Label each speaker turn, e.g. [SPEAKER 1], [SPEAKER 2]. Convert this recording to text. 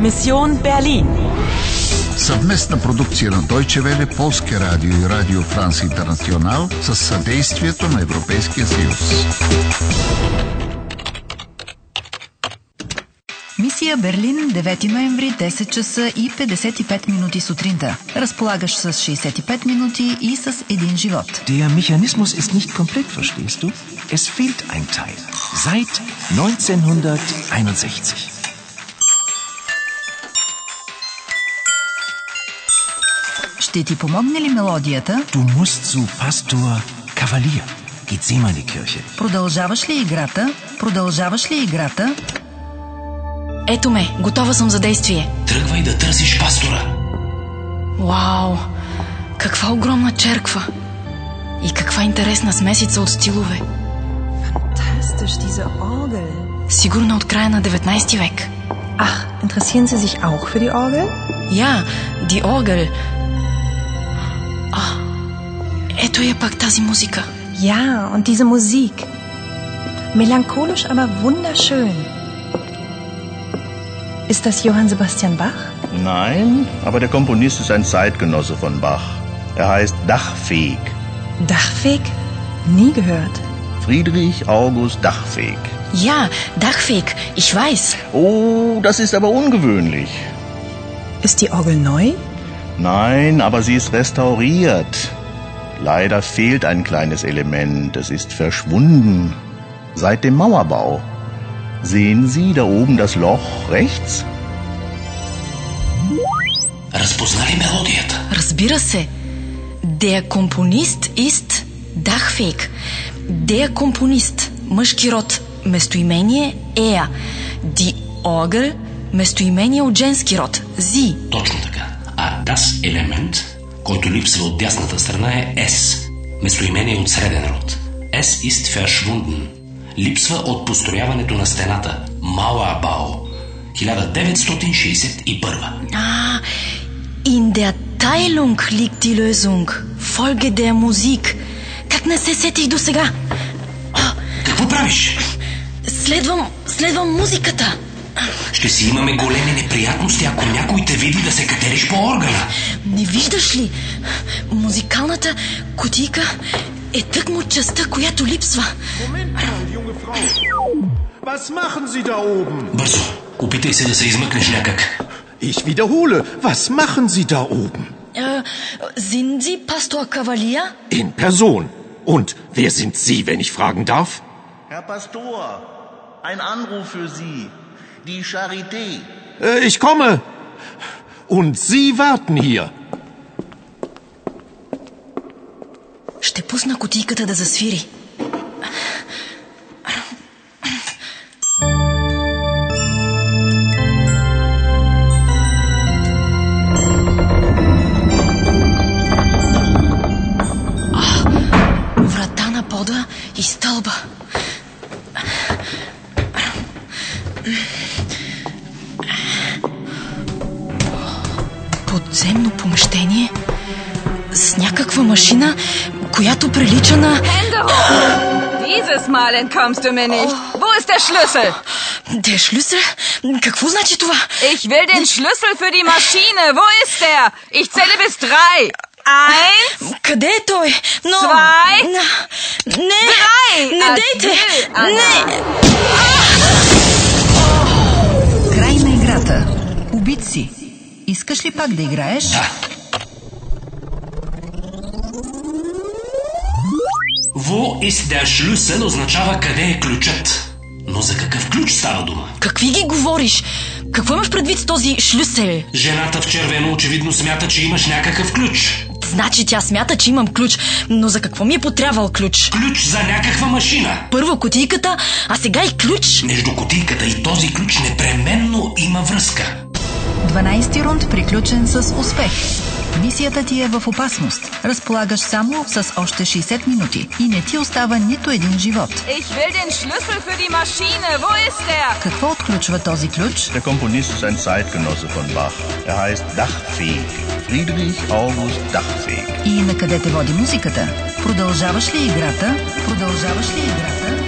[SPEAKER 1] Mission Berlin.
[SPEAKER 2] Съвместна продукция на Deutsche Welle, Полския радио и Радио Франс Интернационал с съдействието на Европейския съюз.
[SPEAKER 3] Мисия Берлин, 9 ноември, 10 часа и 55 минути сутринта. Разполагаш с 65 минути и с един живот.
[SPEAKER 4] Der Mechanismus ist nicht komplett, verstehst du? Es fehlt ein Teil. Seit 1961.
[SPEAKER 3] Ще ти помогне ли мелодията?
[SPEAKER 4] Du musst zu Pastor Kavalier. Geht sie mal in die Kirche.
[SPEAKER 3] Продължаваш ли играта? Продължаваш ли играта?
[SPEAKER 5] Ето ме, готова съм за действие.
[SPEAKER 6] Тръгвай да търсиш пастора.
[SPEAKER 5] Вау! Каква огромна черква! И каква интересна смесица от стилове.
[SPEAKER 7] Fantastisch, diese Orgel.
[SPEAKER 5] Сигурно от края на 19 век.
[SPEAKER 7] Ach, interessieren Sie sich auch für die Orgel?
[SPEAKER 5] Я, Ди Оргъл. А, ето я пак тази музика.
[SPEAKER 7] Ja, und diese Musik. Melancholisch, aber wunderschön. Ist das Johann Sebastian Bach?
[SPEAKER 8] Nein, aber der Komponist ist ein Zeitgenosse von Bach. Er heißt Dachfeg.
[SPEAKER 7] Dachfeg? Nie gehört.
[SPEAKER 8] Friedrich August Dachfeg.
[SPEAKER 5] Я, Дахфейк, ich weiß.
[SPEAKER 8] Oh, das ist aber ungewöhnlich.
[SPEAKER 7] Ist die Orgel neu?
[SPEAKER 8] Nein, aber sie ist restauriert. Leider fehlt ein kleines Element. Es ist verschwunden. Seit dem Mauerbau. Sehen Sie da oben das Loch rechts?
[SPEAKER 6] Разпозна ли мелодията?
[SPEAKER 5] Разбира се. Der Komponist ist Dachfeg. Der Komponist, мъжки род, местоимение Ея. Die Orgel, местоимение от женски род, Зи.
[SPEAKER 6] Точно така. А das елемент, който липсва от дясната страна е S. Местоимение от среден род. S ist verschwunden. Липсва от построяването на стената. Мауабао. 1961.
[SPEAKER 5] Ah, in der Teilung liegt die Lösung. Folge der Musik. Как не се сетих до сега?
[SPEAKER 6] Какво правиш?
[SPEAKER 5] Следвам, следвам музиката.
[SPEAKER 6] Ще си имаме големи неприятности, ако някой те види да се катериш по органа.
[SPEAKER 5] Не виждаш ли? Музикалната кутийка е тъкмо частта, която липсва.
[SPEAKER 9] Moment mal, junge Frau. Was machen Sie da oben?
[SPEAKER 6] Бързо. Опитай се да се измъкнеш някак.
[SPEAKER 9] Ich wiederhole, was machen Sie da oben?
[SPEAKER 5] Е, Зинзи, пастор Кавалия?
[SPEAKER 9] In Person. Und wer sind Sie, wenn ich fragen darf?
[SPEAKER 8] Herr Pastor, ein Anruf für Sie. Die Charité.
[SPEAKER 9] Äh, ich komme. Und Sie warten hier.
[SPEAKER 5] Ще пусна кутийката да засвири. А, Врата на пода и стълба. Подземно помещение с някаква машина, която прилича на...
[SPEAKER 10] Dieses Mal entkommst du mir nicht. Wo ist der Schlüssel?
[SPEAKER 5] Дешлюса? Какво значи това?
[SPEAKER 10] Ich will den Schlüssel für die Maschine. Wo ist der? Ich zähle bis drei. Eins.
[SPEAKER 5] Къде е той? Но...
[SPEAKER 10] Свай!
[SPEAKER 5] Не!
[SPEAKER 10] Свай!
[SPEAKER 5] Не
[SPEAKER 10] А,
[SPEAKER 5] дейте!
[SPEAKER 10] ти, Ана.
[SPEAKER 5] Не!
[SPEAKER 3] Край на играта. Убит си. Искаш ли пак да играеш?
[SPEAKER 6] Wo ist der Schlüssel означава къде е ключът. Но за какъв ключ става дума?
[SPEAKER 5] Какви ги говориш? Какво имаш предвид с този шлюсел?
[SPEAKER 6] Жената в червено очевидно смята, че имаш някакъв ключ.
[SPEAKER 5] Значи тя смята, че имам ключ, но за какво ми е потрябвал ключ?
[SPEAKER 6] Ключ за някаква машина.
[SPEAKER 5] Първо котийката, а сега и ключ.
[SPEAKER 6] Между котийката и този ключ непременно има връзка.
[SPEAKER 3] 12 рунд приключен с успех. Мисията ти е в опасност. Разполагаш само с още 60 минути и не ти остава нито един живот.
[SPEAKER 10] Ich will den Schlüssel für die Maschine. Wo ist der?
[SPEAKER 3] Какво отключва този ключ?
[SPEAKER 8] Der Komponist ist ein Zeitgenosse von Bach. Er heißt Dachfeg. Friedrich August Dachfeg.
[SPEAKER 3] И на къде те води музиката? Продължаваш ли играта? Продължаваш ли играта?